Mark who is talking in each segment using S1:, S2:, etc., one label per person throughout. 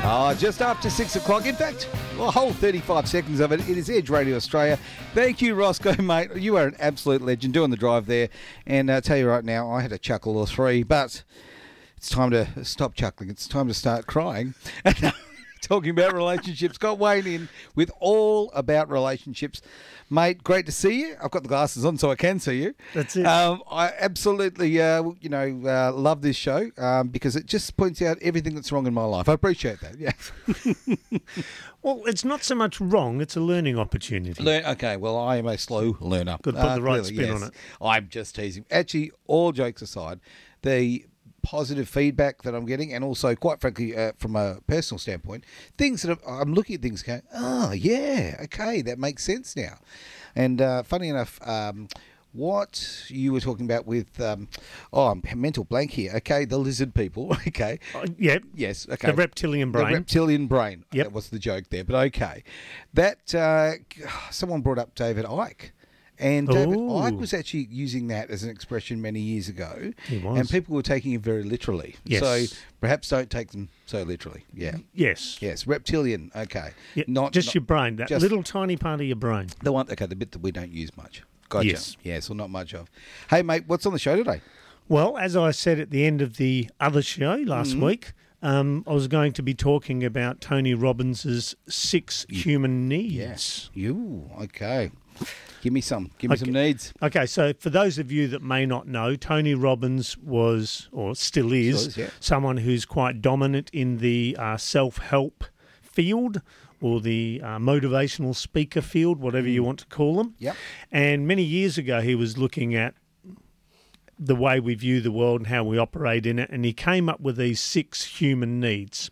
S1: Uh, just after six o'clock. In fact, a whole 35 seconds of it. It is Edge Radio Australia. Thank you, Roscoe, mate. You are an absolute legend doing the drive there. And I tell you right now, I had a chuckle or three, but it's time to stop chuckling. It's time to start crying. Talking about relationships. Got Wayne in with all about relationships. Mate, great to see you. I've got the glasses on so I can see you.
S2: That's it.
S1: Um, I absolutely, uh, you know, uh, love this show um, because it just points out everything that's wrong in my life. I appreciate that. Yeah.
S2: Well, it's not so much wrong, it's a learning opportunity.
S1: Learn, okay, well, I am a slow learner. Uh,
S2: Good, put the right spin on it.
S1: I'm just teasing. Actually, all jokes aside, the positive feedback that I'm getting, and also, quite frankly, uh, from a personal standpoint, things that I'm, I'm looking at things going, oh, yeah, okay, that makes sense now. And uh, funny enough, um, what you were talking about with, um, oh, I'm mental blank here. Okay, the lizard people. Okay.
S2: Uh, yep.
S1: Yes. Okay.
S2: The reptilian brain.
S1: The reptilian brain.
S2: Yep.
S1: That was the joke there, but okay. That uh, someone brought up David Ike. And David
S2: Ooh.
S1: Ike was actually using that as an expression many years ago.
S2: He was.
S1: And people were taking it very literally.
S2: Yes.
S1: So perhaps don't take them so literally. Yeah.
S2: yes.
S1: Yes. Reptilian. Okay.
S2: Yeah,
S1: Not
S2: just
S1: not-
S2: your brain, that
S1: just-
S2: little tiny part of your brain.
S1: the one okay, the bit that we don't use much. Gotcha.
S2: Yes.
S1: Yes, or not much of. Hey mate, what's on the show today?
S2: Well, as I said at the end of the other show last
S1: Mm-hmm.
S2: week, um, I was going to be talking about Tony Robbins's six human needs.
S1: You okay. Give me some. Give me some
S2: Okay.
S1: needs.
S2: Okay, so for those of you that may not know, Tony Robbins was, or still is,
S1: Still is, yeah.
S2: someone who's quite dominant in the uh, self help field or the uh, motivational speaker field, whatever
S1: Mm.
S2: you want to call them.
S1: Yep.
S2: And many years ago, he was looking at the way we view the world and how we operate in it, and he came up with these six human needs.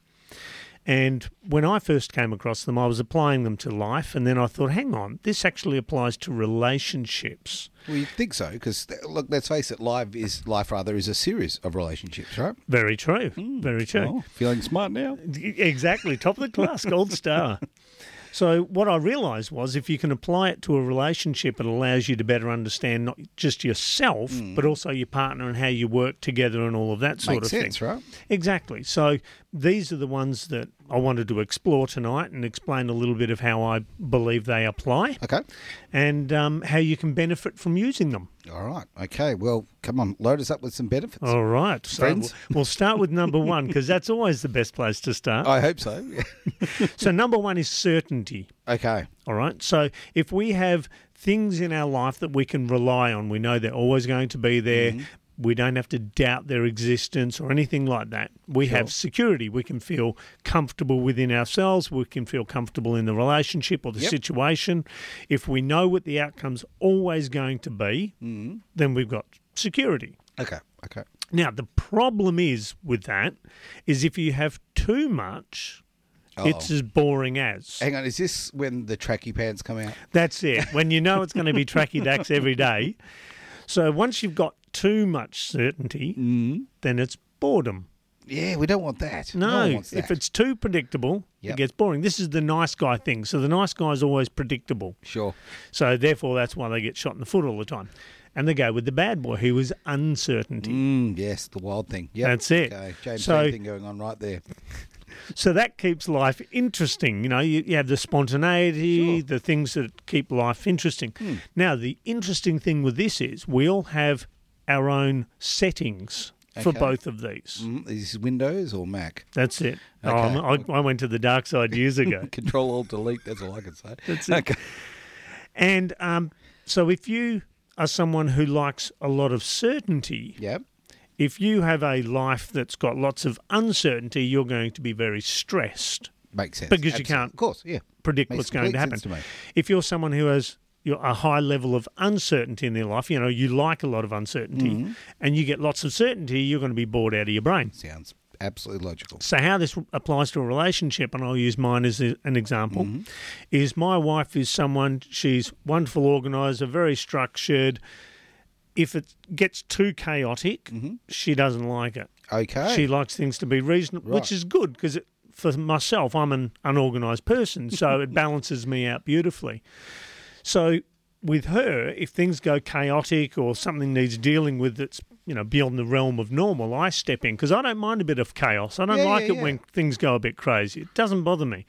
S2: And when I first came across them, I was applying them to life, and then I thought, hang on, this actually applies to relationships.
S1: Well, you'd think so, because look, let's face it, life is life rather is a series of relationships, right?
S2: Very true. Very true.
S1: Oh, feeling smart now.
S2: E-, Exactly. Top of the class, gold star. So, what I realised was if you can apply it to a relationship, it allows you to better understand not just yourself, but also your partner and how you work together and all of that sort
S1: Hmm. Makes
S2: of
S1: sense,
S2: thing.
S1: right?
S2: Exactly. So, these are the ones that I wanted to explore tonight and explain a little bit of how I believe they apply
S1: Okay.
S2: and um, how you can benefit from using them.
S1: All right. Okay. Well, come on, load us up with some benefits.
S2: All right. So,
S1: Friends?
S2: we'll- we'll start with number one because that's always the best place to start.
S1: I hope so.
S2: So, number one is certainty.
S1: okay.
S2: All right. So if we have things in our life that we can rely on, we know they're always going to be there. We don't have to doubt their existence or anything like that. We have security. We can feel comfortable within ourselves. We can feel comfortable in the relationship or the
S1: Yep.
S2: situation. If we know what the outcome's always going to be, then we've got security.
S1: Okay. Okay.
S2: Now, the problem is with that is if you have too much, it's as boring as.
S1: Hang on. Is this when the tracky pants come out?
S2: That's it. When you know it's going to be tracky dacks every day. So once you've got too much certainty, then it's boredom.
S1: Yeah, we don't want that.
S2: Mm-hmm. No,
S1: one wants
S2: if
S1: that.
S2: it's too predictable,
S1: Yep.
S2: it gets boring. This is the nice guy thing. So the nice guy is always predictable.
S1: sure.
S2: So therefore, that's why they get shot in the foot all the time. And they go with the bad boy who is uncertainty.
S1: Mm, yes, the wild thing. Yeah,
S2: That's it.
S1: Okay, James
S2: So-
S1: Dean thing going on right there.
S2: So that keeps life interesting. You know, you, you have the spontaneity, the things that keep life interesting.
S1: Hmm.
S2: Now, the interesting thing with this is we all have our own settings for
S1: Okay.
S2: both of these.
S1: Mm, is this Windows or Mac?
S2: That's it. Oh, I'm- I, I went to the dark side years ago.
S1: Control Alt Delete. That's all I can say.
S2: That's it.
S1: okay.
S2: and um, so if you are someone who likes a lot of certainty,
S1: Yeah.
S2: if you have a life that's got lots of uncertainty, you're going to be very stressed.
S1: Makes sense.
S2: Because you can't-
S1: Of course. Yeah.
S2: predict
S1: Makes
S2: what's going to
S1: complete
S2: happen.
S1: sense to me.
S2: If you're someone who has you know, a high level of uncertainty in their life, you know, you like a lot of uncertainty
S1: Mm-hmm.
S2: and you get lots of certainty, you're going to be bored out of your brain.
S1: Sounds absolutely logical.
S2: So, how this applies to a relationship, and I'll use mine as a- an example,
S1: Mm-hmm.
S2: is my wife is someone, she's wonderful organizer, very structured. If it gets too chaotic,
S1: Mm-hmm.
S2: she doesn't like it.
S1: Okay.
S2: She likes things to be reasonable,
S1: Right.
S2: which is good because for myself, I'm an unorganized person, so it balances me out beautifully. So with her, if things go chaotic or something needs dealing with that's you know beyond the realm of normal, I step in because I don't mind a bit of chaos. I don't
S1: Yeah,
S2: like
S1: yeah,
S2: it
S1: yeah.
S2: when things go a bit crazy. It doesn't bother me.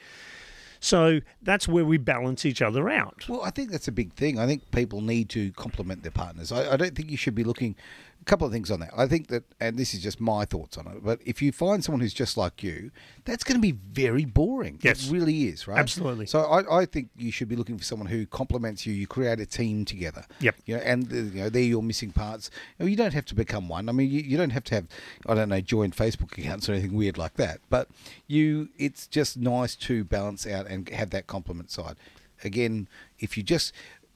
S2: So that's where we balance each other out.
S1: Well, I think that's a big thing. I think people need to compliment their partners. I, I don't think you should be looking. A couple of things on that. I think that, and this is just my thoughts on it, but if you find someone who's just like you, that's going to be very boring.
S2: Yes.
S1: It really is, right?
S2: Absolutely.
S1: So I, I think you should be looking for someone who complements you. You create a team together.
S2: Yep.
S1: You know, and uh, you know they're your missing parts. I mean, you don't have to become one. I mean, you, you don't have to have I don't know joint Facebook accounts or anything weird like that. But you, it's just nice to balance out and have that complement side. Again, if you just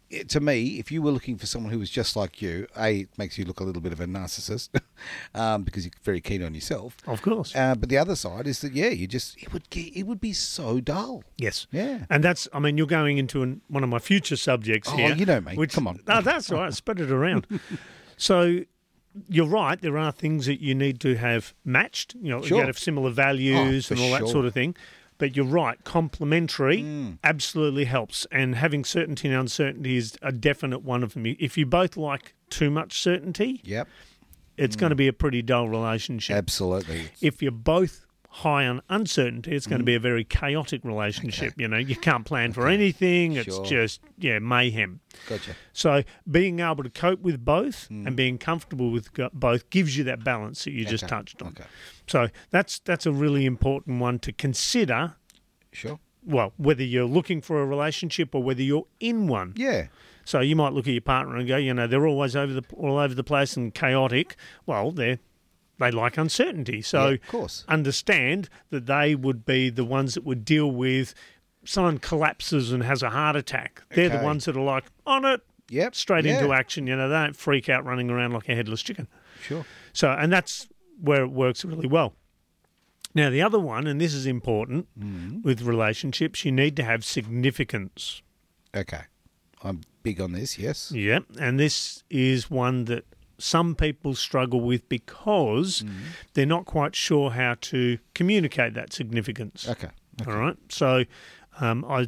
S1: it- to me, if you were looking for someone who was just like you, a it makes you look a little bit of a narcissist um, because you're very keen on yourself.
S2: Of course.
S1: Uh, but the other side is that yeah, you just it would ge- it would be so dull.
S2: Yes.
S1: Yeah.
S2: And that's, I mean, you're going into an, one of my future subjects
S1: Oh,
S2: here.
S1: you know me. Come on.
S2: No, that's all right. Spread it around. so you're right. There are things that you need to have matched. You know,
S1: Sure.
S2: you have similar values
S1: Oh,
S2: and
S1: for
S2: all that
S1: sure. Mm.
S2: sort of thing. But you're right. Complementary absolutely helps. And having certainty and uncertainty is a definite one of them. If you both like too much certainty,
S1: Yep,
S2: it's
S1: Mm.
S2: going to be a pretty dull relationship.
S1: absolutely.
S2: if you're both high on uncertainty, it's going
S1: Mm.
S2: to be a very chaotic relationship. You know, you can't plan for anything.
S1: Sure.
S2: It's just yeah mayhem.
S1: Gotcha.
S2: So being able to cope with both
S1: Mm.
S2: and being comfortable with go- both gives you that balance that you just
S1: Okay,
S2: touched on.
S1: okay.
S2: So that's that's a really important one to consider.
S1: Sure.
S2: Well, whether you're looking for a relationship or whether you're in one.
S1: Yeah.
S2: So you might look at your partner and go, you know, they're always over the all over the place and chaotic. Well, they they like uncertainty. So
S1: Yeah, of course.
S2: understand that they would be the ones that would deal with someone collapses and has a heart attack. They're
S1: Okay.
S2: the ones that are like on it.
S1: Yep,
S2: Straight into
S1: yeah.
S2: action, you know, they don't freak out running around like a headless chicken.
S1: Sure.
S2: So, and that's where it works really well. Now, the other one, and this is important
S1: Mm-hmm.
S2: with relationships, you need to have significance.
S1: Okay. I'm big on this. Yes.
S2: Yeah, and this is one that some people struggle with because
S1: Mm-hmm.
S2: they're not quite sure how to communicate that significance.
S1: Okay.
S2: All right, so um, I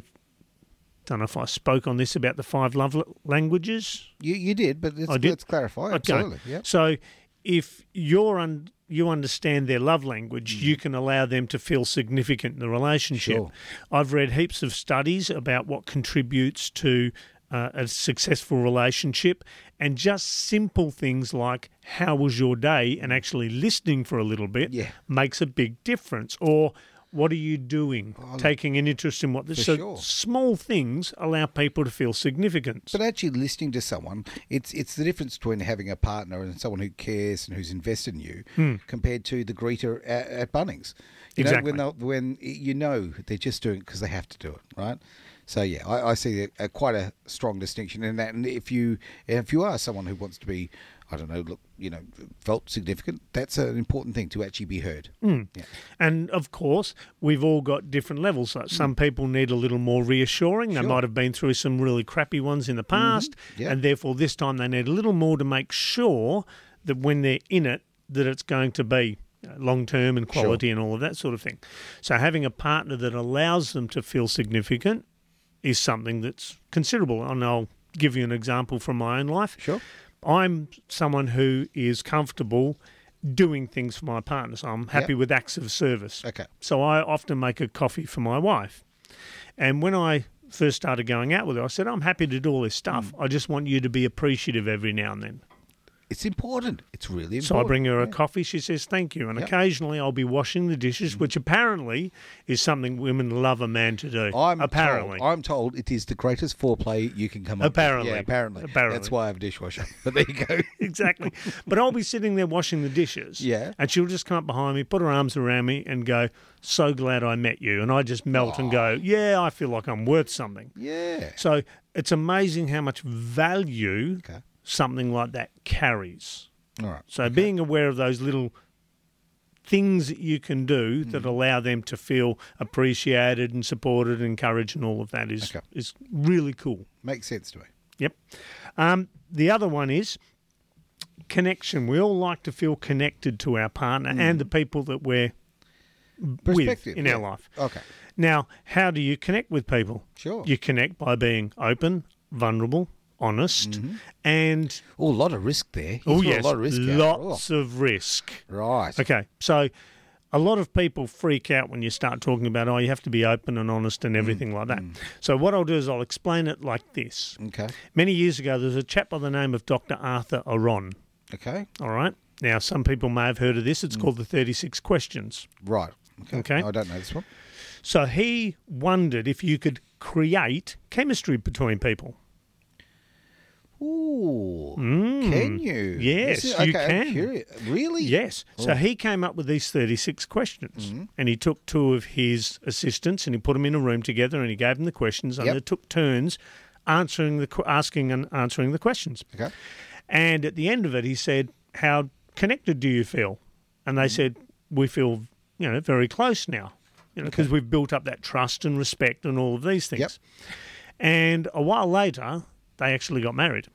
S2: don't know if I spoke on this about the five love la- languages.
S1: You you did, but it's,
S2: I did.
S1: let's clarify.
S2: Okay.
S1: Oh, Absolutely. Yeah.
S2: So if you're un- you understand their love language, you can allow them to feel significant in the relationship.
S1: Mm. Sure.
S2: I've read heaps of studies about what contributes to uh, a successful relationship and just simple things like how was your day and actually listening for a little bit
S1: Mm. Yeah.
S2: makes a big difference or what are you doing taking an interest in what this so
S1: Oh, sure.
S2: small things allow people to feel significant
S1: But actually, listening to someone, it's it's the difference between having a partner and someone who cares and who's invested in you, compared to the greeter at, at Bunnings. You
S2: Hmm. Exactly.
S1: Know, when they'll- when you know they're just doing it because they have to do it, right? So yeah, I, I see a, a, quite a strong distinction in that. And if you if you are someone who wants to be, I don't know, look, you know, felt significant, that's an important thing to actually be heard. Yeah.
S2: And of course, we've all got different levels. So
S1: Mm.
S2: some people need a little more reassuring. They might have been through some really crappy ones in the past,
S1: Mm-hmm. Yeah.
S2: and therefore this time they need a little more to make sure that when they're in it, that it's going to be long term and quality and all of that sort of thing. So having a partner that allows them to feel significant is something that's considerable. And I'll give you an example from my own life.
S1: Sure.
S2: I'm someone who is comfortable doing things for my partner. So I'm happy
S1: Yep.
S2: with acts of service.
S1: Okay.
S2: So I often make a coffee for my wife. And when I first started going out with her, I said, I'm happy to do all this stuff.
S1: Hmm.
S2: I just want you to be appreciative every now and then.
S1: It's important. It's really important.
S2: So I bring her a coffee. She says, Thank you. And
S1: Yep. Hmm.
S2: occasionally I'll be washing the dishes, which apparently is something women love a man to do.
S1: I'm
S2: apparently.
S1: Told, I'm told it is the greatest foreplay you can come up. with.
S2: Apparently.
S1: yeah, apparently,
S2: Apparently.
S1: that's why I have a dishwasher. But there you go.
S2: exactly. But I'll be sitting there washing the dishes.
S1: Yeah.
S2: And she'll just come up behind me, put her arms around me, and go, So glad I met you. And I just melt and go, Yeah, I feel like I'm worth something.
S1: yeah,
S2: So it's amazing how much value
S1: Okay.
S2: something like that carries.
S1: all right.
S2: So being aware of those little things that you can do
S1: Mm.
S2: that allow them to feel appreciated and supported and encouraged and all of that is
S1: Okay.
S2: is really cool.
S1: Makes sense to me.
S2: Yep. Um, the other one is connection. We all like to feel connected to our partner and the people that we're with
S1: Mm. Perspective
S2: in
S1: yeah.
S2: our life.
S1: Okay,
S2: Now, how do you connect with people?
S1: Sure.
S2: You connect by being open, vulnerable, honest, and
S1: Oh, a lot of risk there. You
S2: oh
S1: threw
S2: yes,
S1: Mm-hmm. a lot of risk out.
S2: lots of risk.
S1: Oh, right.
S2: Okay, so a lot of people freak out when you start talking about oh you have to be open and honest
S1: Mm.
S2: and everything like that. So what I'll do is I'll explain it like this.
S1: Okay.
S2: Many years ago, there was a chap by the name of Dr. Arthur Aron.
S1: Okay.
S2: All right. Now, some people may have heard of this. It's called the 36 Questions.
S1: Right. Okay.
S2: Okay.
S1: No, I don't know this one.
S2: So he wondered if you could create chemistry between people.
S1: Ooh. Can you?
S2: Mm. Yes,
S1: This is-
S2: you
S1: okay, I'm
S2: can.
S1: curious. Really?
S2: Yes. So he came up with these 36 questions and he took two of his assistants and he put them in a room together and he gave them the questions and
S1: Yep.
S2: they took turns answering the qu- asking and answering the questions.
S1: Okay.
S2: And at the end of it, he said, "How connected do you feel?" And
S1: Mm.
S2: they said, "We feel, you know, very close now, you know, because we've built up that trust and respect and all of these things."
S1: Yep.
S2: And a while later, they actually got married.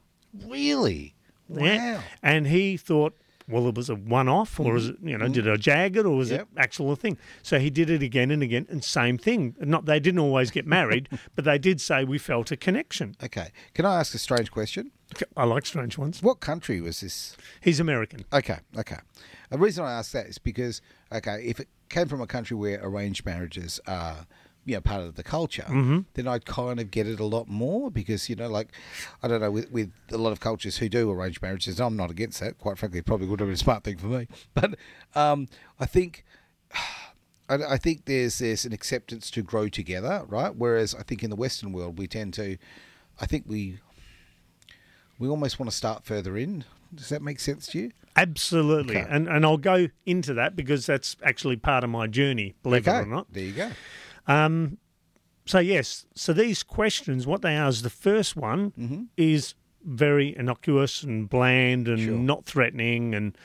S1: Really? Wow. Mm-hmm.
S2: Yeah. And he thought, well, it was a one-off, or is it, you know, did I jag it, or was
S1: Yep.
S2: it actual thing? So he did it again and again, and same thing. Not they didn't always get married, but they did say we felt a connection.
S1: Okay. Can I ask a strange question?
S2: I like strange ones.
S1: What country was this?
S2: He's American.
S1: Okay. Okay. The reason I ask that is because okay, if it came from a country where arranged marriages are you know part of the culture, then I'd kind of get it a lot more because you know, like I don't know, with, with a lot of cultures who do arranged marriages, I'm not against that. Quite frankly, it probably would have been a smart thing for me. But um, I think. I, I think there's there's an acceptance to grow together, right? Whereas I think in the Western world we tend to, I think we, we almost want to start further in. Does that make sense to you?
S2: Absolutely.
S1: Okay.
S2: And and I'll go into that because that's actually part of my journey, believe it or not.
S1: There you go.
S2: So yes, so these questions, what they are is the first one
S1: Mm-hmm.
S2: is very innocuous and bland and
S1: Sure.
S2: not threatening and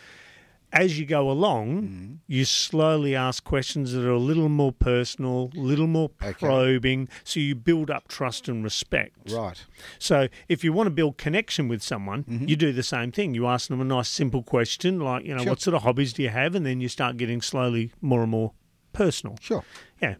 S2: as you go along,
S1: Mm-hmm.
S2: you slowly ask questions that are a little more personal, a little more probing, so you build up trust and respect.
S1: Right.
S2: So if you want to build connection with someone,
S1: Mm-hmm.
S2: you do the same thing. You ask them a nice simple question like, you know,
S1: Sure.
S2: what sort of hobbies do you have? And then you start getting slowly more and more personal.
S1: Sure.
S2: Yeah.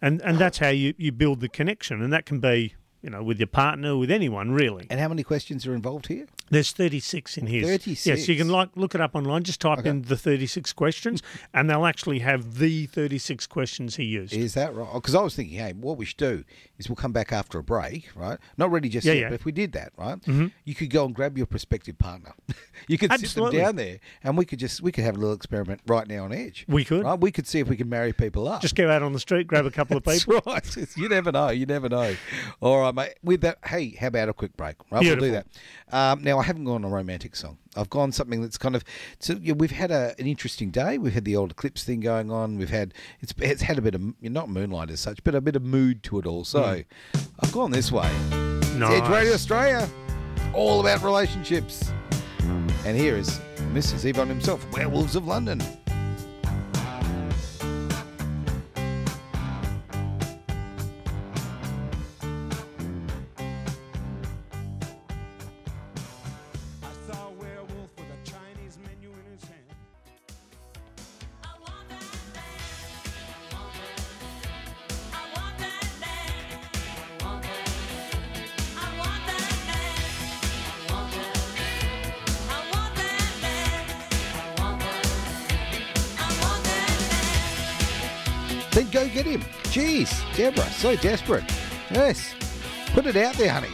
S2: And
S1: Oh.
S2: and that's how you, you build the connection. And that can be, you know, with your partner, with anyone really.
S1: And how many questions are involved here?
S2: There's 36 in here.
S1: 36.
S2: Yes, you can like look it up online. Just type in the 36 questions and they'll actually have the 36 questions he used.
S1: Is that right? Because I was thinking, hey, what we should do is we'll come back after a break, right? Not really just
S2: Yeah,
S1: yet,
S2: yeah. Mm-hmm.
S1: but if we did that, right, you could go and grab your prospective partner. you could
S2: Absolutely.
S1: sit them down there, and we could just we could have a little experiment right now on edge.
S2: We could.
S1: Right? We could see if we can marry people up.
S2: Just go out on the street, grab a couple of people.
S1: That's right. It's- You never know. You never know. All right, mate. With that, hey, how about a quick break? Right, we'll do
S2: Beautiful.
S1: that. Um, now, I haven't gone a romantic song. I've gone something that's kind of. So yeah, we've had a, an interesting day. We've had the old eclipse thing going on. We've had it's it's had a bit of not moonlight as such, but a bit of mood to it all. So I've gone this way.
S2: Hmm. Nice.
S1: It's Edge Radio Australia, all about relationships. And here is Mrs. Yvonne himself, Werewolves of London.
S3: I saw a werewolf with a Chinese menu in his hand.
S1: Then go get him. Jeez, Deborah, so desperate. Yes, put it out there, honey.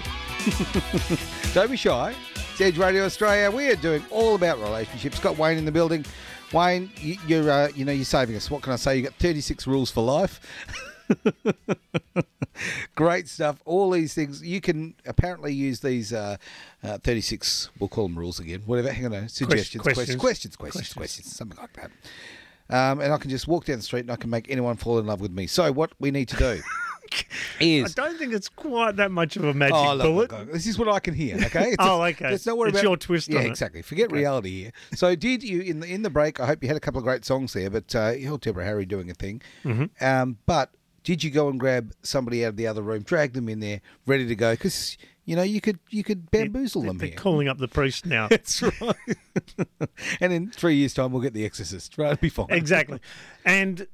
S1: Don't be shy. It's Edge Radio Australia. We are doing all about relationships. Got Wayne in the building. Wayne, you, you're uh, you know you're saving us. What can I say? You got 36 rules for life. Great stuff. All these things you can apparently use these uh, uh, 36. We'll call them rules again. Whatever. Hang on. a- Suggestions. Questions.
S2: questions.
S1: Questions. Questions. Questions. Something like that. Um, and I can just walk down the street and I can make anyone fall in love with me. So what we need to do
S2: I
S1: is
S2: don't think it's quite that much of a magic
S1: Oh, look,
S2: bullet.
S1: look, look, this is what I can hear. Okay. It's
S2: Oh, okay.
S1: Let's not worry
S2: It's
S1: about
S2: your twist
S1: Yeah,
S2: on it.
S1: exactly. Forget reality here. So, did you in the in the break? I hope you had a couple of great songs there, but uh, you know, Deborah Harry doing a thing.
S2: Mm-hmm.
S1: Um, but did you go and grab somebody out of the other room, drag them in there, ready to go? Because you know you could you could bamboozle them
S2: They're
S1: here.
S2: calling up the priest now.
S1: That's right. and in three years' time, we'll get the Exorcist. Right, it'll be fine.
S2: exactly. And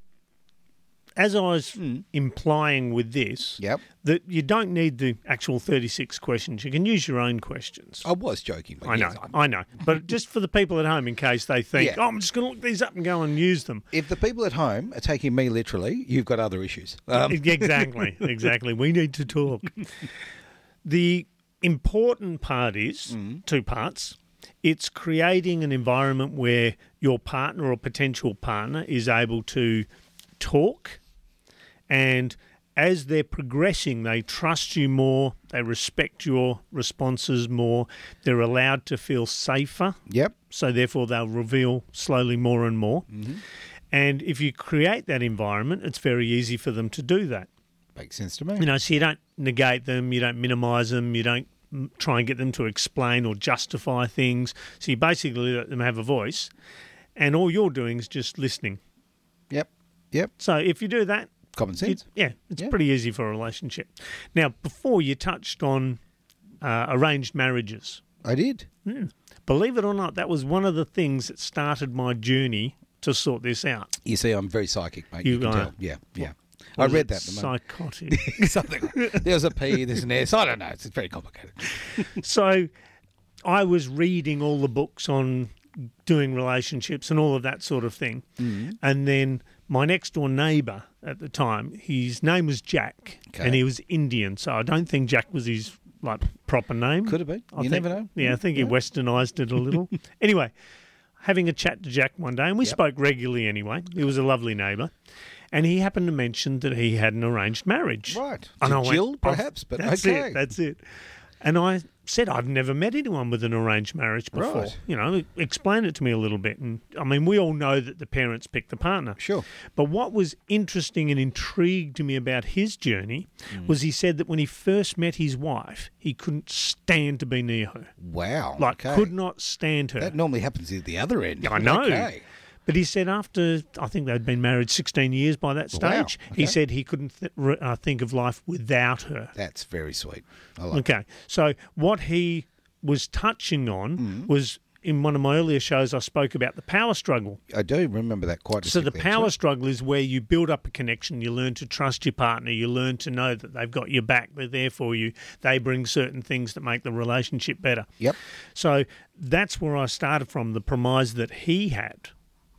S2: as I was implying with this,
S1: Hmm. Yep.
S2: that you don't need the actual 36 questions. You can use your own questions.
S1: I was joking. But
S2: I know,
S1: Oh, yes, I'm-
S2: I know. But just for the people at home, in case they think,
S1: Yeah.
S2: oh, I'm just going to look these up and go and use them.
S1: if the people at home are taking me literally, you've got other issues. Um,
S2: exactly, exactly. We need to talk. The important part is two parts. It's creating an environment where your partner or potential partner is able to talk, and as they're progressing, they trust you more, they respect your responses more, they're allowed to feel safer
S1: yep.
S2: so therefore they'll reveal slowly more and more. And if you create that environment, it's very easy for them to do that.
S1: Makes sense to me.
S2: You know, so you don't negate them, you don't minimize them, you don't mm, try and get them to explain or justify things. So you basically let them have a voice, and all you're doing is just listening.
S1: Yep. Yep.
S2: So if you do that,
S1: Common sense.
S2: it, yeah, it's
S1: Yeah.
S2: pretty easy for a relationship. Now, before you touched on uh, arranged marriages.
S1: I did.
S2: Hmm. Believe it or not, that was one of the things that started my journey to sort this out.
S1: You see, I'm very psychic, mate. You,
S2: You
S1: can
S2: are.
S1: tell. Yeah. Yeah. I
S2: Was
S1: read
S2: it
S1: that. at The moment.
S2: Psychotic.
S1: Something. like- There's a P. There's an S. I don't know. It's very complicated.
S2: so I was reading all the books on doing relationships and all of that sort of thing.
S1: Mm-hmm.
S2: And then my next door neighbour at the time, his name was Jack
S1: Okay.
S2: and he was Indian. So I don't think Jack was his like proper name.
S1: Could have been.
S2: I
S1: You
S2: think-
S1: never know.
S2: Yeah, I think he westernised it a little. anyway, having a chat to Jack one day, and we spoke regularly anyway. He was a lovely neighbour. And he happened to mention that he had an arranged marriage.
S1: Right.
S2: And
S1: To
S2: I went,
S1: Jill,
S2: "Oh,
S1: perhaps, but
S2: that's
S1: okay."
S2: It, that's it. And I said, I've never met anyone with an arranged marriage before.
S1: Right.
S2: You know, explain it to me a little bit. And I mean, we all know that the parents pick the partner.
S1: Sure.
S2: But what was interesting and intrigued me about his journey
S1: Mm.
S2: was he said that when he first met his wife, he couldn't stand to be near her.
S1: Wow.
S2: Like,
S1: okay.
S2: could not stand her.
S1: That normally happens at the other end.
S2: I know.
S1: Okay.
S2: But he said after, I think they'd been married 16 years by that stage,
S1: Wow, okay.
S2: he said he couldn't th- re- uh, think of life without her.
S1: That's very sweet. I like
S2: Okay. So what he was touching on was in one of my earlier shows, I spoke about the power struggle.
S1: I do remember that quite.
S2: So the
S1: distinctly,
S2: power
S1: actually.
S2: struggle is where you build up a connection, you learn to trust your partner, you learn to know that they've got your back, they're there for you, they bring certain things that make the relationship better.
S1: Yep.
S2: So that's where I started from the premise that he had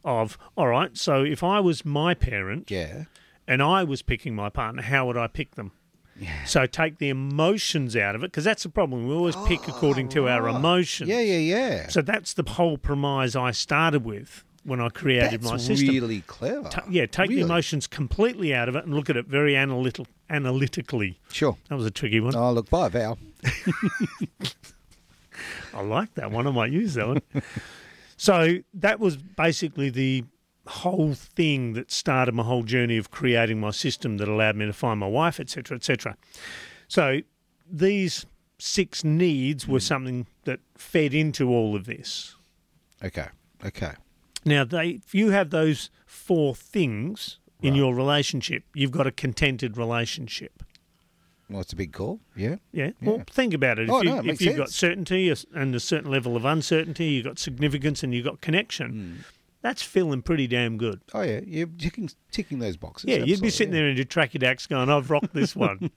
S2: of, all right, so if I was my parent
S1: Yeah.
S2: and I was picking my partner, how would I pick them?
S1: Yeah.
S2: So take the emotions out of it because that's the problem. We always pick according to our emotions.
S1: Oh, Yeah. Yeah. Yeah.
S2: So that's the whole premise I started with when I created
S1: That's
S2: my system.
S1: really clever.
S2: Ta- yeah, take
S1: Really.
S2: the emotions completely out of it and look at it very analytical, analytically.
S1: Sure.
S2: That was a tricky one.
S1: Oh, look, bye, Val.
S2: I like that one. I might use that one. so that was basically the whole thing that started my whole journey of creating my system that allowed me to find my wife, etc., etc. So these six needs were something that fed into all of this.
S1: Okay. Okay.
S2: Now, they, if you have those four things in your relationship, you've got a contented relationship.
S1: Well, it's a big call. Yeah.
S2: Yeah. Well, think about it. If,
S1: Oh,
S2: you,
S1: no, it makes
S2: if you've got
S1: sense.
S2: certainty and a certain level of uncertainty, you've got significance and you've got connection,
S1: Hmm.
S2: that's feeling pretty damn good.
S1: Oh, yeah. You're ticking, ticking those boxes.
S2: Yeah, you'd be
S1: absolutely,
S2: sitting
S1: yeah.
S2: there in your tracky dacks going, I've rocked this one.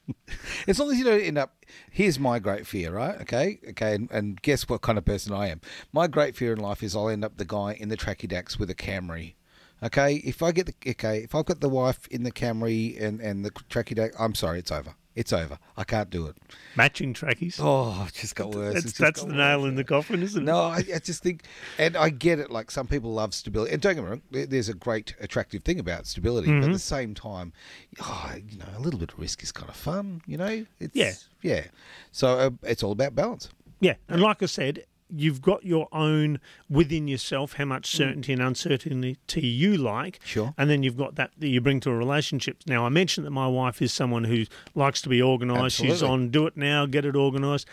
S1: As long as you don't end up, here's my great fear, right? Okay, okay, and, and guess what kind of person I am. My great fear in life is I'll end up the guy in the tracky dacks with a Camry. Okay, if I get the okay, if I've got the wife in the Camry and and the tracky dack, I'm sorry, it's over. It's over. I can't do it.
S2: Matching trackies.
S1: Oh, it's just got worse.
S2: that's
S1: It's just
S2: that's
S1: got
S2: the
S1: worse.
S2: nail in the coffin, isn't it?
S1: No, I, I just think, and I get it. Like some people love stability, and don't get me wrong. there- There's a great attractive thing about stability, but
S2: Mm-hmm.
S1: at the same time, oh, you know, a little bit of risk is kind of fun. You know, it's
S2: Yeah.
S1: yeah. So uh, it's all about balance.
S2: Yeah. And like I said, you've got your own within yourself how much certainty and uncertainty you like.
S1: Mm. Sure.
S2: And then you've got that that you bring to a relationship. Now, I mentioned that my wife is someone who likes to be organised. She's
S1: Absolutely.
S2: on do it now, get it organised.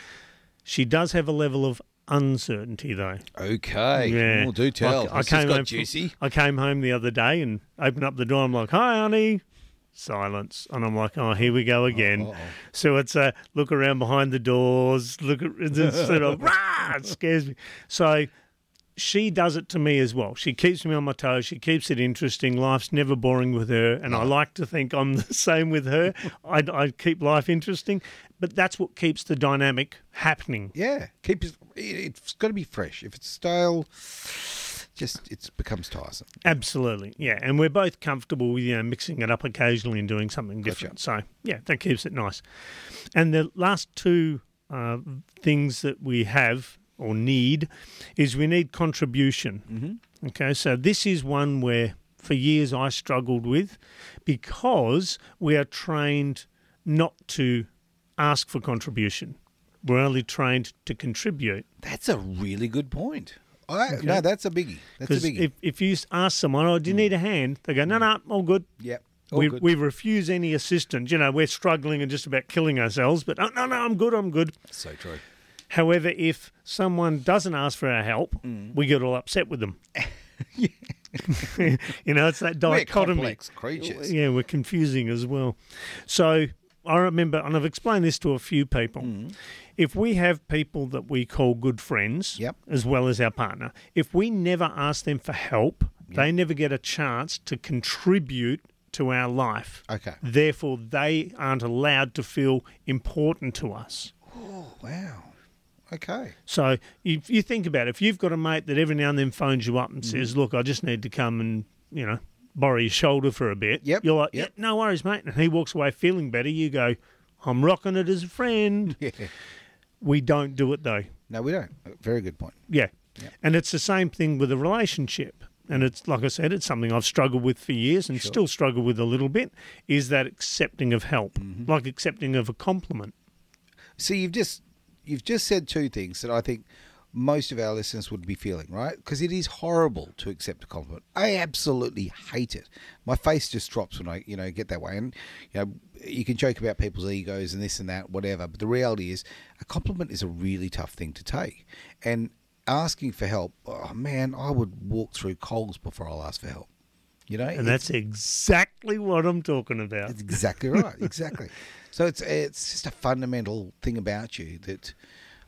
S2: She does have a level of uncertainty, though.
S1: Okay, yeah. well, do tell.
S2: Like, I,
S1: This has
S2: came
S1: got
S2: home from-
S1: juicy.
S2: I came home the other day and opened up the door. I'm like, hi, honey. Silence. And I'm like, oh, here we go again. So it's a look around behind the doors, look at, it's sort of, rah, it scares me. So she does it to me as well. She keeps me on my toes. She keeps it interesting. Life's never boring with her, and I like to think I'm the same with her. I, I keep life interesting, but that's what keeps the dynamic happening.
S1: Yeah, keep it, it's got to be fresh. If it's stale, just it becomes tiresome.
S2: Absolutely, yeah. And we're both comfortable, with, you know, mixing it up occasionally and doing something different. So yeah, that keeps it nice. And the last two uh, things that we have or need is we need contribution. Mm-hmm. Okay, so this is one where for years I struggled with because we are trained not to ask for contribution. We're only trained to contribute.
S1: That's a really good point. I, No, that's a biggie. That's a
S2: Because
S1: biggie. Mm.
S2: if, if you s- ask someone, oh, do you need a hand? They go, no, no, all good.
S1: yep. all
S2: We,
S1: good.
S2: we refuse any assistance. You know, we're struggling and just about killing ourselves, but oh, no, no, I'm good, I'm good.
S1: so true.
S2: However, if someone doesn't ask for our help,
S1: Mm.
S2: we get all upset with them. you know, it's that
S1: We're
S2: dichotomy.
S1: complex creatures.
S2: Yeah, we're confusing as well. So I remember, and I've explained this to a few people.
S1: Mm.
S2: If we have people that we call good friends,
S1: Yep.
S2: as well as our partner, if we never ask them for help, they never get a chance to contribute to our life.
S1: Okay.
S2: Therefore, they aren't allowed to feel important to us.
S1: Wow. Okay.
S2: So if you think about it, if you've got a mate that every now and then phones you up and
S1: Mm.
S2: says, "Look, I just need to come and you know borrow your shoulder for a bit,"
S1: Yep,
S2: you're like,
S1: yep.
S2: "Yeah, no worries, mate," and he walks away feeling better. You go, "I'm rocking it as a friend."
S1: Yeah.
S2: We don't do it though.
S1: No, we don't. Very good point.
S2: Yeah. And it's the same thing with a relationship. And it's like I said, it's something I've struggled with for years and still struggle with a little bit is that accepting of help,
S1: Mm-hmm.
S2: like accepting of a compliment.
S1: See, you've just you've just said two things that I think most of our listeners would be feeling, right? Because it is horrible to accept a compliment. I absolutely hate it. My face just drops when I, you know, get that way. And you know, you can joke about people's egos and this and that, whatever. But the reality is, a compliment is a really tough thing to take. And asking for help, oh man, I would walk through coals before I'll ask for help. You know,
S2: And that's exactly what I'm talking about.
S1: that's exactly right. Exactly. so it's it's just a fundamental thing about you that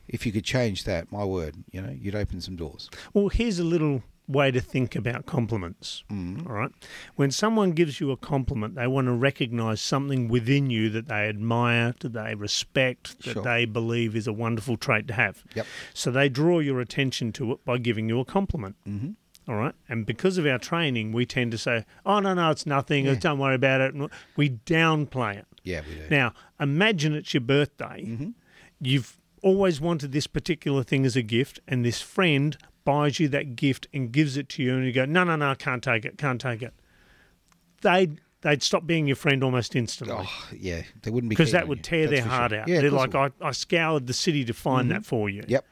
S1: if you could change that, my word, you know, you'd open some doors.
S2: Well, here's a little way to think about compliments.
S1: Mm-hmm.
S2: All right. When someone gives you a compliment, they want to recognize something within you that they admire, that they respect, that
S1: Sure.
S2: they believe is a wonderful trait to have.
S1: Yep.
S2: So they draw your attention to it by giving you a compliment. Mm-hmm. right. And because of our training, we tend to say, oh, no, no, it's nothing.
S1: Yeah.
S2: Don't worry about it. We downplay it.
S1: Yeah, Mm-hmm. we do.
S2: Now, imagine it's your birthday. You've always wanted this particular thing as a gift, and this friend buys you that gift and gives it to you, and you go, "No, no, no, I can't take it, can't take it." They'd they'd stop being your friend almost instantly
S1: oh, yeah, they wouldn't be
S2: because
S1: keen
S2: that
S1: on you,
S2: would tear
S1: that's
S2: their
S1: for
S2: heart
S1: sure.
S2: out.
S1: Yeah, of
S2: They're
S1: course
S2: like,
S1: it would. Mm-hmm.
S2: I, "I scoured the city to find that for you."
S1: Yep.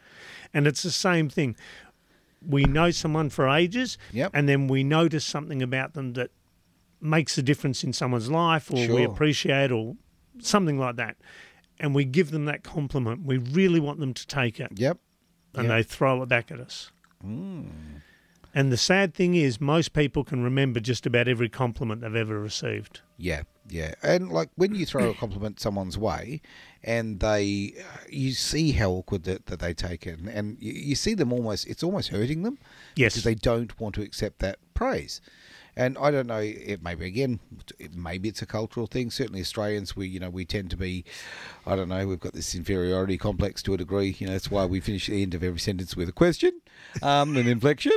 S2: And it's the same thing. We know someone for ages,
S1: Yep.
S2: and then we notice something about them that makes a difference in someone's life, or we
S1: Sure.
S2: appreciate, or something like that. And we give them that compliment. We really want them to take it,
S1: Yep. Mm.
S2: and they throw it back at us. And the sad thing is, most people can remember just about every compliment they've ever received.
S1: Yeah, yeah, and like when you throw a compliment someone's way, and they, you see how awkward that, that they take it, and, and you, you see them almost, it's almost hurting them,
S2: Yes.
S1: because they don't want to accept that praise. And I don't know, it maybe again, it, maybe it's a cultural thing. Certainly Australians, we you know we tend to be, I don't know, we've got this inferiority complex to a degree. You know that's why we finish the end of every sentence with a question, um, an inflection.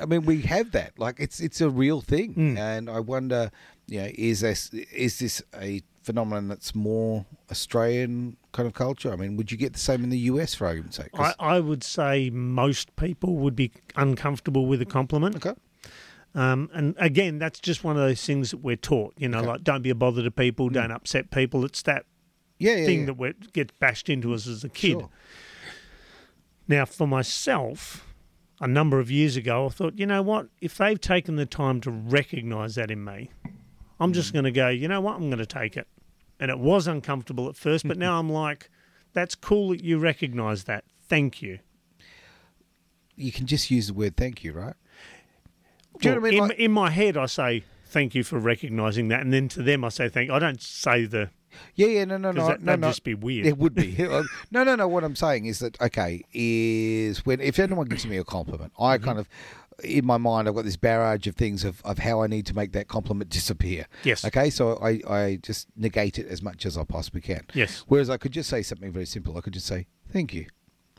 S1: I mean, we have that. Like it's it's a real thing, and I wonder, you know, is this is this a phenomenon that's more Australian kind of culture? I mean, would you get the same in the US for argument's sake? 'Cause-
S2: I, I would say most people would be uncomfortable with a compliment.
S1: okay.
S2: Um, and again, that's just one of those things that we're taught. You know, like don't be a bother to people, don't upset people. It's that
S1: Yeah, Mm. yeah,
S2: thing
S1: yeah.
S2: that we gets bashed into us as a kid.
S1: Sure.
S2: Now, for myself, a number of years ago, I thought, you know what? If they've taken the time to recognise that in me, I'm
S1: Mm.
S2: just going to go. You know what? I'm going to take it. And it was uncomfortable at first, but now I'm like, that's cool that you recognise that. Thank you.
S1: you can just use the word thank you, right? Do you know
S2: Well,
S1: what I mean?
S2: In,
S1: Like-
S2: in my head, I say thank you for recognizing that, and then to them, I say thank. I don't say the
S1: Yeah, yeah, no, no, no,
S2: Because that,
S1: no,
S2: that'd
S1: no.
S2: just be weird.
S1: It would be. no, no, no. What I'm saying is that okay is when if anyone gives me a compliment, I
S2: Mm-hmm.
S1: kind of in my mind I've got this barrage of things of, of how I need to make that compliment disappear.
S2: Yes.
S1: Okay, so I I just negate it as much as I possibly can.
S2: Yes.
S1: Whereas I could just say something very simple. I could just say thank you,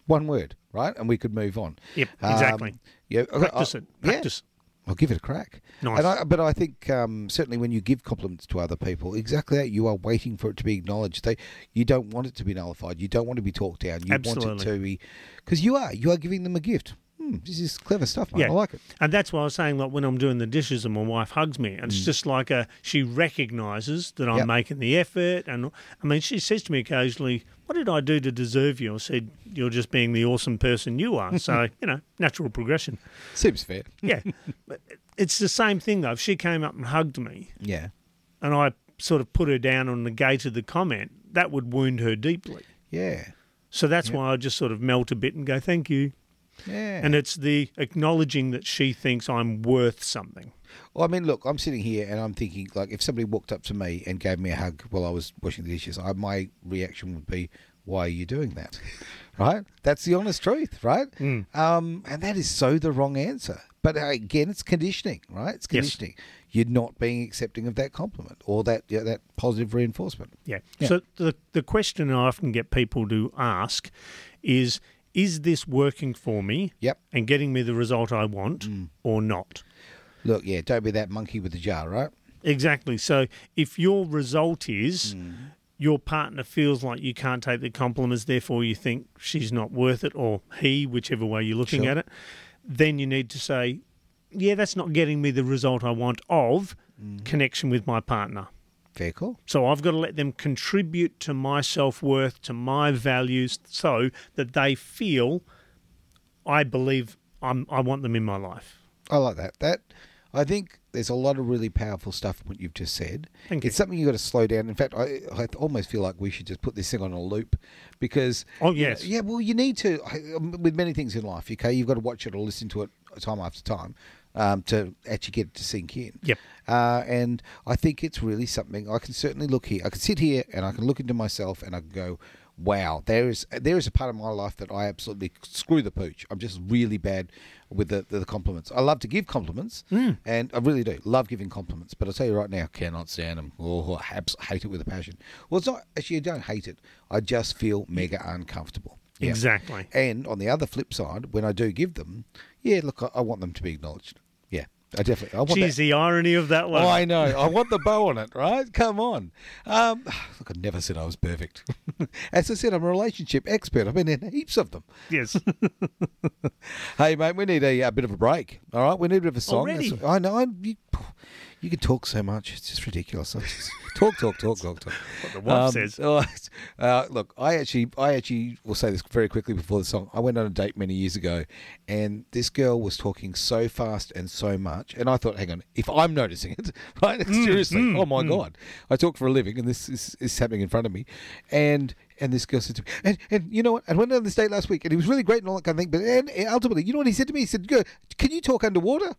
S1: one word, right, and we could move on. Um,
S2: Yep, exactly.
S1: Yeah. I- I-
S2: Practice it.
S1: yeah.
S2: Practice.
S1: I'll give it a crack.
S2: Nice.
S1: And I, but I think um, certainly when you give compliments to other people, exactly that you are waiting for it to be acknowledged. They, you don't want it to be nullified. You don't want to be talked down. You want
S2: Absolutely.
S1: it to be because you are you are giving them a gift. Hmm, this is clever stuff, mate.
S2: Yeah.
S1: I like it.
S2: And that's why I was saying, like, when I'm doing the dishes and my wife hugs me, and it's just like a, she recognises that I'm
S1: Mm. Yep.
S2: making the effort. And I mean, she says to me occasionally, What did I do to deserve you? I said, You're just being the awesome person you are. so, you know, natural progression.
S1: Seems fair.
S2: Yeah. but it's the same thing, though. If she came up and hugged me
S1: Yeah,
S2: and I sort of put her down on the gate of the comment, that would wound her deeply.
S1: yeah,
S2: So that's why I just sort of melt a bit and go, Thank you.
S1: yeah.
S2: And it's the acknowledging that she thinks I'm worth something.
S1: Well, I mean, look, I'm sitting here and I'm thinking, like, if somebody walked up to me and gave me a hug while I was washing the dishes, I, my reaction would be, "Why are you doing that?" right? That's the honest truth, right? Um, and that is so the wrong answer. But uh, again, it's conditioning, right? It's
S2: Yes.
S1: conditioning. You're not being accepting of that compliment or that yeah, that positive reinforcement.
S2: Yeah.
S1: Yeah.
S2: So the the question I often get people to ask is is this working for me
S1: Yep. Mm.
S2: and getting me the result I want or not?
S1: Look, yeah, don't be that monkey with the jar, right?
S2: Exactly. So if your result is
S1: Hmm.
S2: your partner feels like you can't take the compliments, therefore you think she's not worth it or he, whichever way you're looking
S1: Sure.
S2: at it, then you need to say, yeah, that's not getting me the result I want of
S1: Hmm.
S2: connection with my partner.
S1: Fair call.
S2: So I've got to let them contribute to my self worth, to my values, so that they feel I believe I'm, I want them in my life.
S1: I like that. That I think there's a lot of really powerful stuff what you've just said.
S2: Thank
S1: it's
S2: you.
S1: something you got to slow down. In fact, I, I almost feel like we should just put this thing on a loop because
S2: Oh, yes.
S1: yeah, well you need to I- um, with many things in life. Okay, you've got to watch it or listen to it time after time um, to actually get it to sink in.
S2: Yep.
S1: Uh, and I think it's really something I can certainly look here. I can sit here and I can look into myself and I can go, wow, there is there is a part of my life that I absolutely screw the pooch. I'm just really bad with the, the, compliments. I love to give compliments and I really do love giving compliments. But I'll tell you right now, cannot stand them. Oh, I abs- hate it with a passion. Well, it's not actually, I don't hate it. I just feel mega uncomfortable. Yeah.
S2: Exactly.
S1: And on the other flip side, when I do give them, yeah, look, I, I want them to be acknowledged. Yeah, I definitely. I want that-
S2: Geez, the irony of that one.
S1: Oh, I know. I want the bow on it, right? Come on. Um, look, I never said I was perfect. As I said, I'm a relationship expert. I've been in heaps of them.
S2: yes.
S1: Hey, mate, we need a, a bit of a break. All right, we need a bit of a song.
S2: Already?
S1: That's- I know. I, you, you can talk so much; it's just ridiculous. I just- talk, talk, talk, talk, talk. What
S2: the wife says.
S1: Um, Uh, look, I actually, I actually will say this very quickly before the song. I went on a date many years ago, and this girl was talking so fast and so much, and I thought, hang on, if I'm noticing it, right?
S2: Mm,
S1: Seriously, oh my god, I talk for a living, and this is, is happening in front of me, and and this girl said to me, and, and you know what? I went on this date last week, and he was really great and all that kind of thing. But and and ultimately, you know what he said to me? He said, "Go- "Can you talk underwater?"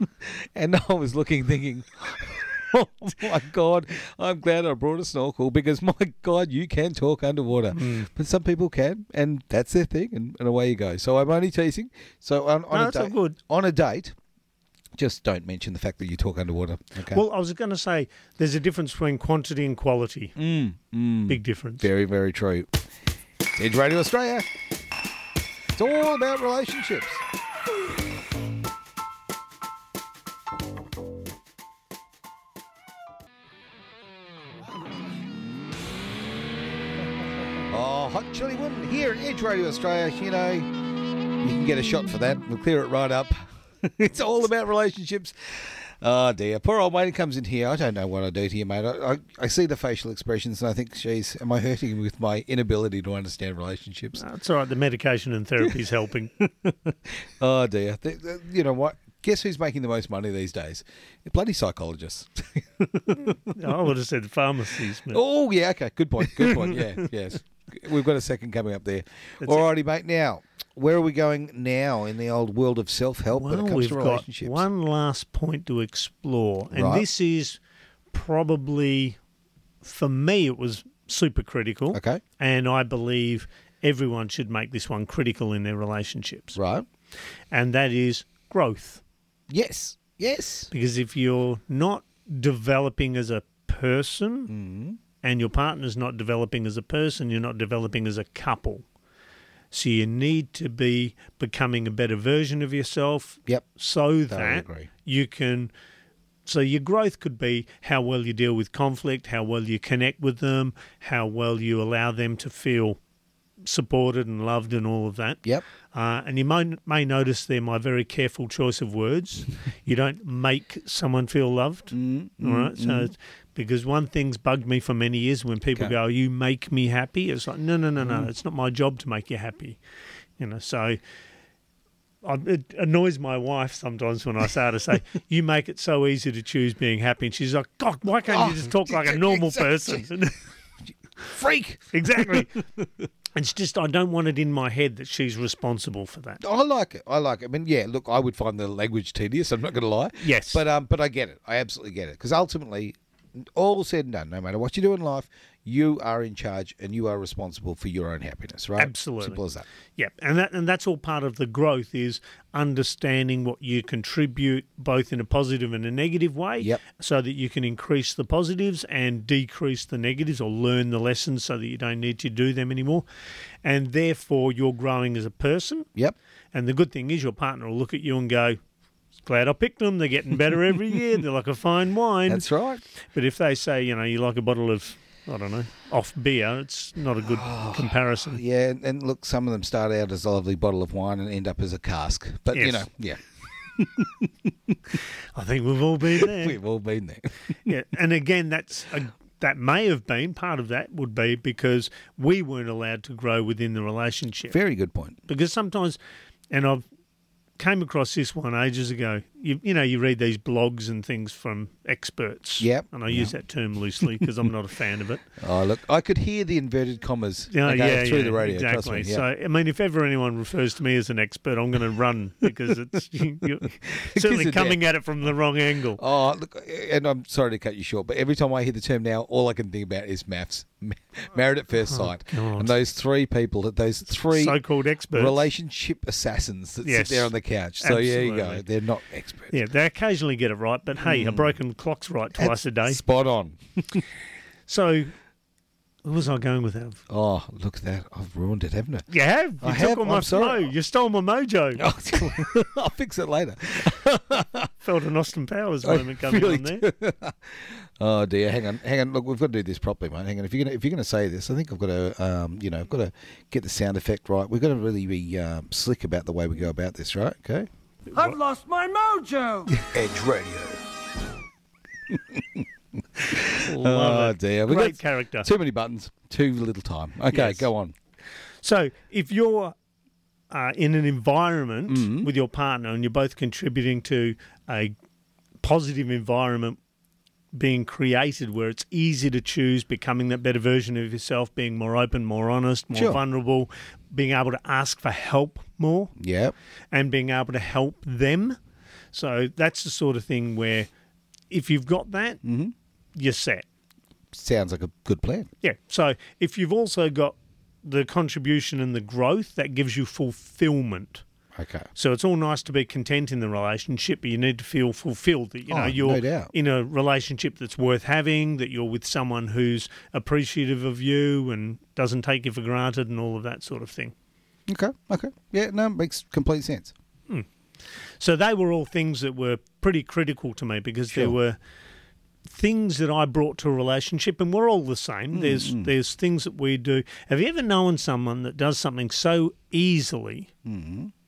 S1: and I was looking, thinking, "Oh my god, I'm glad I brought a snorkel because my god, you can talk underwater."
S2: Hmm.
S1: But some people can, and that's their thing, and, and away you go. So I'm only teasing. So on, on
S2: No,
S1: a
S2: it's all
S1: date,
S2: good.
S1: on a date, just don't mention the fact that you talk underwater. Okay.
S2: Well, I was going to say there's a difference between quantity and quality.
S1: Mm,
S2: Big difference.
S1: Very, very true. It's Edge Radio Australia. It's all about relationships. Oh, Hot Chili Woman here at Edge Radio Australia. You know, you can get a shot for that. We'll clear it right up. it's all about relationships. Oh dear, poor old Wayne comes in here. I don't know what I do to you, mate. I, I, I see the facial expressions and I think, geez, am I hurting him with my inability to understand relationships?
S2: That's all right. The medication and therapy is helping.
S1: Oh dear, Th- th- you know what? Guess who's making the most money these days? Bloody psychologists.
S2: I would have said the pharmacies. But
S1: Oh yeah, okay, good point, good point. Yeah, yes, we've got a second coming up there.
S2: That's
S1: Alrighty, mate. Now, where are we going now in the old world of self help when
S2: well,
S1: it comes
S2: we've
S1: to
S2: got
S1: relationships?
S2: one last point to explore, and
S1: Right.
S2: this is probably For me, it was super critical.
S1: Okay.
S2: And I believe everyone should make this one critical in their relationships.
S1: Right.
S2: And that is growth.
S1: Yes. Yes.
S2: Because if you're not developing as a person
S1: Mm.
S2: and your partner's not developing as a person, you're not developing as a couple. So you need to be becoming a better version of yourself
S1: Yep.
S2: so that
S1: agree.
S2: you can. So your growth could be how well you deal with conflict, how well you connect with them, how well you allow them to feel supported and loved and all of that.
S1: Yep.
S2: Uh, and you may, may notice there my very careful choice of words. you don't make someone feel loved.
S1: Mm,
S2: all right. So, it's- because one thing's bugged me for many years when people
S1: Okay. Mm.
S2: go, "Oh, You make me happy. It's like, No, no, no, no. It's not my job to make you happy. You know, so I, it annoys my wife sometimes when I start to say, You make it so easy to choose being happy. And she's like, God, why can't
S1: Oh,
S2: you just talk like a normal person?
S1: Freak.
S2: exactly. It's just, I don't want it in my head that she's responsible for that.
S1: I like it. I like it. I mean, yeah. Look, I would find the language tedious. I'm not going to lie.
S2: Yes.
S1: But um, but I get it. I absolutely get it because ultimately, all said and done, no matter what you do in life, you are in charge and you are responsible for your own happiness. Right.
S2: Absolutely.
S1: Simple as that.
S2: Yep, and that and that's all part of the growth is understanding what you contribute both in a positive and a negative way,
S1: Yep.
S2: so that you can increase the positives and decrease the negatives, or learn the lessons so that you don't need to do them anymore, and therefore you're growing as a person.
S1: Yep.
S2: And the good thing is your partner will look at you and go, "Glad I picked them. They're getting better every year. They're like a fine wine."
S1: That's right.
S2: But if they say, you know, you like a bottle of I don't know, off beer, it's not a good comparison.
S1: Oh, Yeah, and, and look, some of them start out as a lovely bottle of wine and end up as a cask. But you
S2: Yes.
S1: know, yeah,
S2: I think we've all been there.
S1: we've all been there.
S2: yeah, and again, that's a, that may have been part of that would be because we weren't allowed to grow within the relationship.
S1: Very good point.
S2: Because sometimes, and I've came across this one ages ago. You, you know, you read these blogs and things from experts.
S1: Yep.
S2: and I use that term loosely because I'm not a fan of it.
S1: Oh, look, I could hear the inverted commas
S2: Oh, Yeah,
S1: okay,
S2: yeah,
S1: through
S2: yeah,
S1: the radio.
S2: Exactly.
S1: Trust me. Yeah.
S2: So, I mean, if ever anyone refers to me as an expert, I'm going to run because it's you're certainly
S1: of death.
S2: coming at it from the wrong angle.
S1: Oh, look, and I'm sorry to cut you short, but every time I hear the term now, all I can think about is maths. Married at first sight.
S2: Oh, God.
S1: and those three people, that those three
S2: So-called experts.
S1: relationship assassins that
S2: Yes.
S1: sit there on the couch. So yeah, you go.
S2: Absolutely.
S1: They're not experts.
S2: Yeah, they occasionally get it right, but hey,
S1: Hmm.
S2: a broken clock's right twice a day.
S1: Spot on.
S2: So, where was I going with that?
S1: Oh, look at that. I've ruined it, haven't I?
S2: You have. You
S1: I
S2: took
S1: have,
S2: all my
S1: I'm sorry.
S2: flow. You stole my mojo.
S1: Oh, I'll fix it later.
S2: Felt an Austin Powers moment coming
S1: really
S2: on there.
S1: Oh dear, hang on, hang on. Look, we've got to do this properly, mate. Hang on. If you're gonna if you're gonna say this, I think I've got to, um, you know, I've got to get the sound effect right. We've got to really be um, slick about the way we go about this, right? Okay.
S4: I've lost my mojo.
S5: Edge Radio.
S2: Love
S1: oh
S2: it.
S1: dear,
S2: Great
S1: got
S2: character.
S1: Too many buttons, too little time. Okay,
S2: Yes.
S1: go on.
S2: So, if you're uh, in an environment with your partner and you're both contributing to a positive environment being created where it's easy to choose becoming that better version of yourself, being more open, more honest, more
S1: Sure.
S2: vulnerable, being able to ask for help more,
S1: Yeah,
S2: and being able to help them. So, that's the sort of thing where if you've got that, you're set.
S1: sounds like a good plan.
S2: Yeah. So if you've also got the contribution and the growth, that gives you fulfillment.
S1: Okay.
S2: So it's all nice to be content in the relationship, but you need to feel fulfilled that you know
S1: Oh,
S2: you're
S1: no doubt.
S2: in a relationship that's worth having, that you're with someone who's appreciative of you and doesn't take you for granted and all of that sort of thing.
S1: Okay. Okay. Yeah. No, makes complete sense.
S2: So they were all things that were pretty critical to me because there
S1: Sure.
S2: were things that I brought to a relationship, and we're all the same. There's there's things that we do. Have you ever known someone that does something so easily?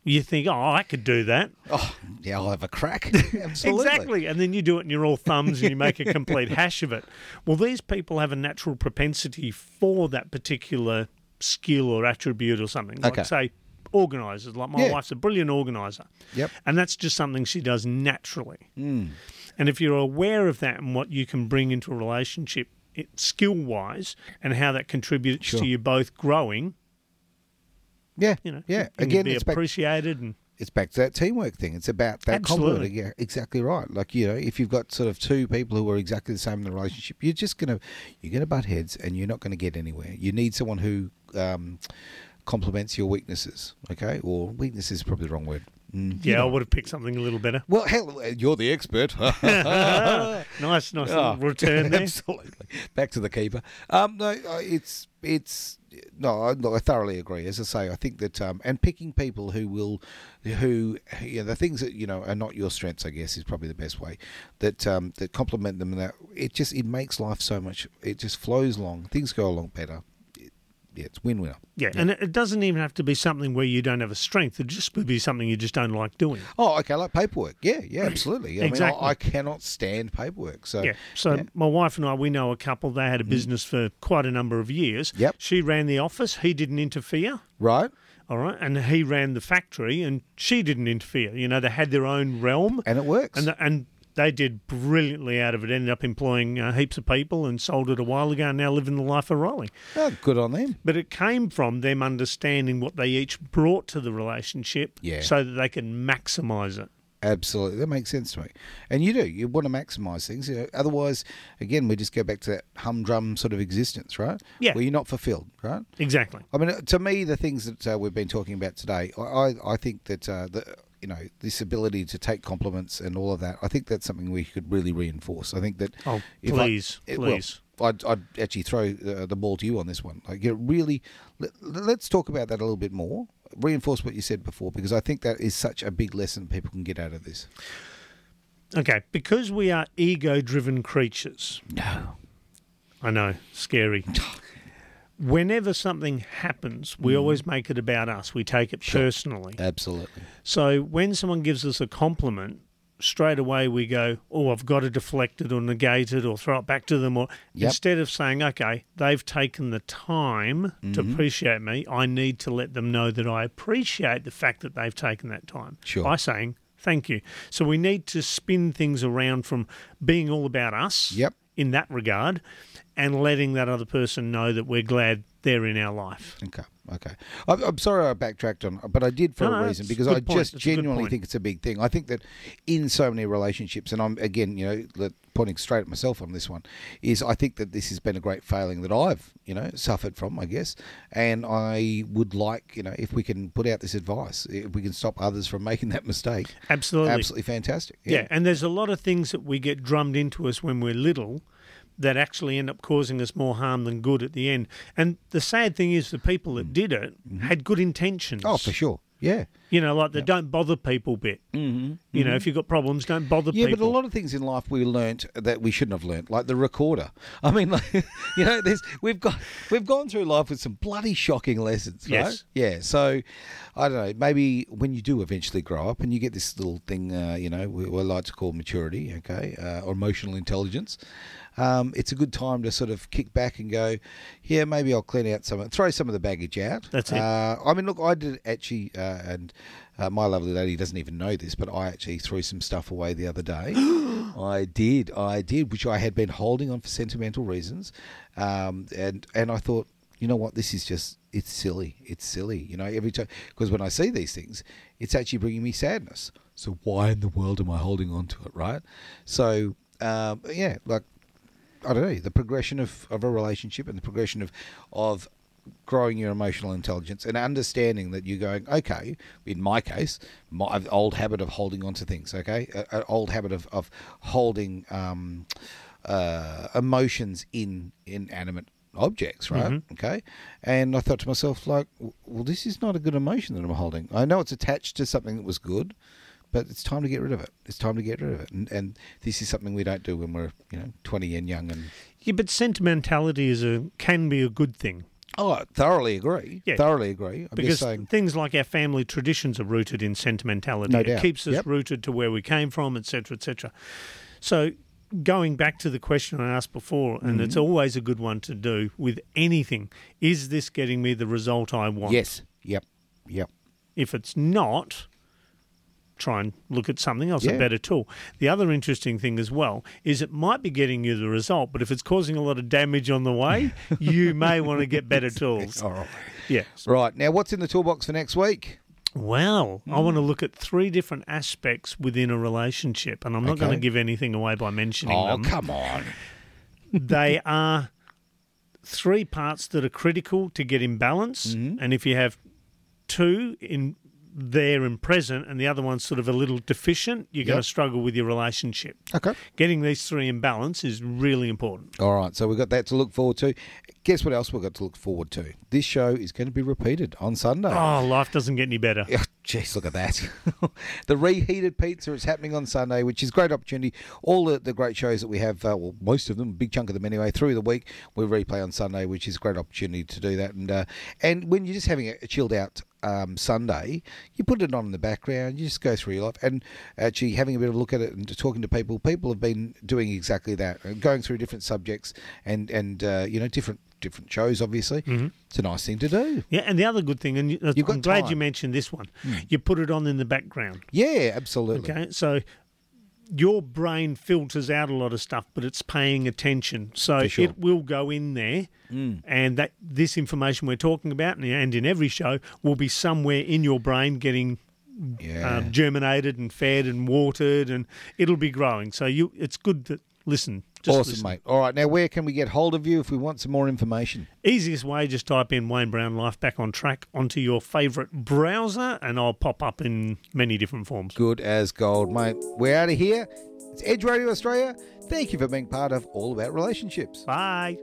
S2: You think, oh, I could do that.
S1: Oh, yeah. I'll have a crack. Absolutely.
S2: Exactly. And then you do it and you're all thumbs and you make a complete hash of it. Well, these people have a natural propensity for that particular skill or attribute or something.
S1: Okay.
S2: Like, say, organisers. Like, my
S1: Yeah.
S2: wife's a brilliant organiser.
S1: Yep. Hmm.
S2: And that's just something she does naturally. And if you're aware of that and what you can bring into a relationship skill wise and how that contributes
S1: Sure.
S2: to you both growing,
S1: Yeah.
S2: you know,
S1: yeah.
S2: and
S1: Again,
S2: be
S1: it's back,
S2: appreciated and
S1: it's back to that teamwork thing. It's about that
S2: Absolutely.
S1: complementing. Yeah, exactly right. Like you know, if you've got sort of two people who are exactly the same in the relationship, you're just gonna you're gonna butt heads, and you're not gonna get anywhere. You need someone who um, complements your weaknesses. Okay, or weakness is probably the wrong word. Mm.
S2: Yeah, I would have picked something a little better.
S1: Well, hell, you're the expert.
S2: Nice, nice
S1: Oh,
S2: little return there.
S1: Absolutely. Back to the keeper. Um, no, uh, it's it's no, I, no, I thoroughly agree. As I say, I think that um, and picking people who will, who yeah, the things that you know are not your strengths, I guess, is probably the best way. That um, that complement them. And that it just it makes life so much. It just flows along. Things go along better. It, yeah, it's win win.
S2: Yeah, and it it doesn't even have to be something where you don't have a strength. It just could be something you just don't like doing.
S1: Oh, okay, like paperwork. Yeah, yeah, absolutely. I mean,
S2: Exactly.
S1: I, I cannot stand paperwork. So
S2: Yeah. So my wife and I, we know a couple. They had a business for quite a number of years.
S1: Mm-hmm. Yep.
S2: She ran the office. He didn't interfere.
S1: right.
S2: All right, and he ran the factory, and she didn't interfere. You know, they had their own realm,
S1: And it works.
S2: and the, and they did brilliantly out of it. Ended up employing uh, heaps of people, and sold it a while ago. And now living the life of Rolling.
S1: oh, good on them.
S2: But it came from them understanding what they each brought to the relationship,
S1: Yeah.
S2: so that they can maximise it.
S1: Absolutely, that makes sense to me. And you do you want to maximise things. You know, otherwise, again, we just go back to that humdrum sort of existence, right?
S2: Yeah.
S1: where you're not fulfilled, right?
S2: Exactly.
S1: I mean, to me, the things that uh, we've been talking about today, I, I, I think that uh, the you know this ability to take compliments and all of that, I think that's something we could really reinforce. I think that
S2: Oh,
S1: if I-
S2: please,
S1: it- well,
S2: please.
S1: I'd, I'd actually throw uh, the ball to you on this one. Like, you really, let, let's talk about that a little bit more. Reinforce what you said before, because I think that is such a big lesson people can get out of this.
S2: Okay, because we are ego driven creatures. No. I know, scary. Whenever something happens, we always make it about us. We take it personally.
S1: Absolutely.
S2: So when someone gives us a compliment, straight away we go, "Oh, I've got to deflect it or negate it or throw it back to them." Or
S1: Yep.
S2: instead of saying, "Okay, they've taken the time to
S1: Mm-hmm.
S2: appreciate me, I need to let them know that I appreciate the fact that they've taken that time."
S1: Sure.
S2: By saying. Thank you. So we need to spin things around from being all about us
S1: Yep.
S2: in that regard and letting that other person know that we're glad they're in our life.
S1: Okay. Okay. I'm, I'm sorry I backtracked on, but I did for
S2: No, no,
S1: a
S2: it's
S1: reason
S2: a
S1: because
S2: good
S1: I
S2: point.
S1: just
S2: It's a good
S1: genuinely
S2: point.
S1: think it's a big thing. I think that in so many relationships, and I'm again, you know, le- pointing straight at myself on this one, is I think that this has been a great failing that I've, you know, suffered from, I guess. And I would like, you know, if we can put out this advice, if we can stop others from making that mistake,
S2: Absolutely.
S1: absolutely fantastic.
S2: Yeah. and there's a lot of things that we get drummed into us when we're little that actually end up causing us more harm than good at the end. And the sad thing is, the people that did it had good intentions.
S1: Mm. Mm-hmm. Oh, for sure. Yeah.
S2: You know, like the don't bother people bit. Mm-hmm. You know, if you've got problems, don't bother
S1: Yeah,
S2: people.
S1: but a lot of things in life we learnt that we shouldn't have learnt, like the recorder. I mean, like, you know, there's we've got we've gone through life with some bloody shocking lessons, right?
S2: Yes.
S1: Yeah. So I don't know. Maybe when you do eventually grow up and you get this little thing, uh, you know, we, we like to call maturity, okay, uh, or emotional intelligence. Um, it's a good time to sort of kick back and go, yeah, maybe I'll clean out some, throw some of the baggage out.
S2: That's it.
S1: Uh, I mean, look, I did actually, uh, and uh, my lovely lady doesn't even know this, but I actually threw some stuff away the other day. I did, I did, which I had been holding on for sentimental reasons, um, and and I thought, you know what, this is just it's silly, it's silly, you know. Every time, because when I see these things, it's actually bringing me sadness. So why in the world am I holding on to it, right? So um, yeah, like I don't know, the progression of, of a relationship and the progression of of growing your emotional intelligence and understanding that you're going, okay, in my case, my old habit of holding on to things, okay, A- an old habit of, of holding um, uh, emotions in inanimate objects, right? Okay. And I thought to myself, like, w- well, this is not a good emotion that I'm holding. I know it's attached to something that was good. But it's time to get rid of it. It's time to get rid of it, and, and this is something we don't do when we're, you know, twenty and young. And
S2: yeah, but sentimentality is a can be a good thing
S1: oh, I thoroughly agree.
S2: Yeah.
S1: Thoroughly agree. I'm
S2: because
S1: just saying.
S2: things like our family traditions are rooted in sentimentality.
S1: No
S2: it
S1: doubt.
S2: keeps us
S1: Yep.
S2: rooted to where we came from, etc., etc. So, going back to the question I asked before,
S1: Mm-hmm.
S2: and it's always a good one to do with anything: is this getting me the result I want?
S1: Yes. Yep. Yep.
S2: If it's not, try and look at something else,
S1: Yeah.
S2: a better tool. The other interesting thing as well is it might be getting you the result, but if it's causing a lot of damage on the way, you may want to get better tools.
S1: All right.
S2: Yeah.
S1: Right now, what's in the toolbox for next week?
S2: Well, I
S1: Mm.
S2: want to look at three different aspects within a relationship, and I'm not going to
S1: Okay.
S2: give anything away by mentioning
S1: Oh,
S2: them.
S1: come on.
S2: they are three parts that are critical to get in balance,
S1: Mm-hmm.
S2: and if you have two in there and present, and the other one's sort of a little deficient, you're going
S1: Yep.
S2: to struggle with your relationship.
S1: Okay.
S2: Getting these three in balance is really important.
S1: All right, so we've got that to look forward to. Guess what else we've got to look forward to? This show is going to be repeated on Sunday.
S2: Oh, life doesn't get any better.
S1: Oh, Jeez, look at that. the reheated pizza is happening on Sunday, which is a great opportunity. All the, the great shows that we have, uh, well, most of them, a big chunk of them anyway, through the week, we replay on Sunday, which is a great opportunity to do that. And uh, and when you're just having a, a chilled out um, Sunday, you put it on in the background, you just go through your life. And actually having a bit of a look at it and talking to people, people have been doing exactly that, uh, going through different subjects and, and uh, you know, different different shows, obviously.
S2: Mm-hmm.
S1: It's a nice thing to do.
S2: Yeah, and the other good thing, and you- I'm
S1: got
S2: glad you
S1: time. Hmm.
S2: mentioned this one, you put it on in the background.
S1: Yeah, absolutely.
S2: Okay, so your brain filters out a lot of stuff, but it's paying attention, so
S1: For sure. Mm.
S2: it will go in there, and that this information we're talking about, and- and in every show, will be somewhere in your brain getting.
S1: Yeah.
S2: Um, germinated and fed and watered and it'll be growing. So you, it's good to listen. Just
S1: awesome,
S2: listen.
S1: mate. All right, now where can we get hold of you if we want some more information?
S2: Easiest way, just type in Wayne Brown Life Back on Track onto your favourite browser, and I'll pop up in many different forms.
S1: Good as gold, mate. We're out of here. It's Edge Radio Australia. Thank you for being part of All About Relationships.
S2: Bye.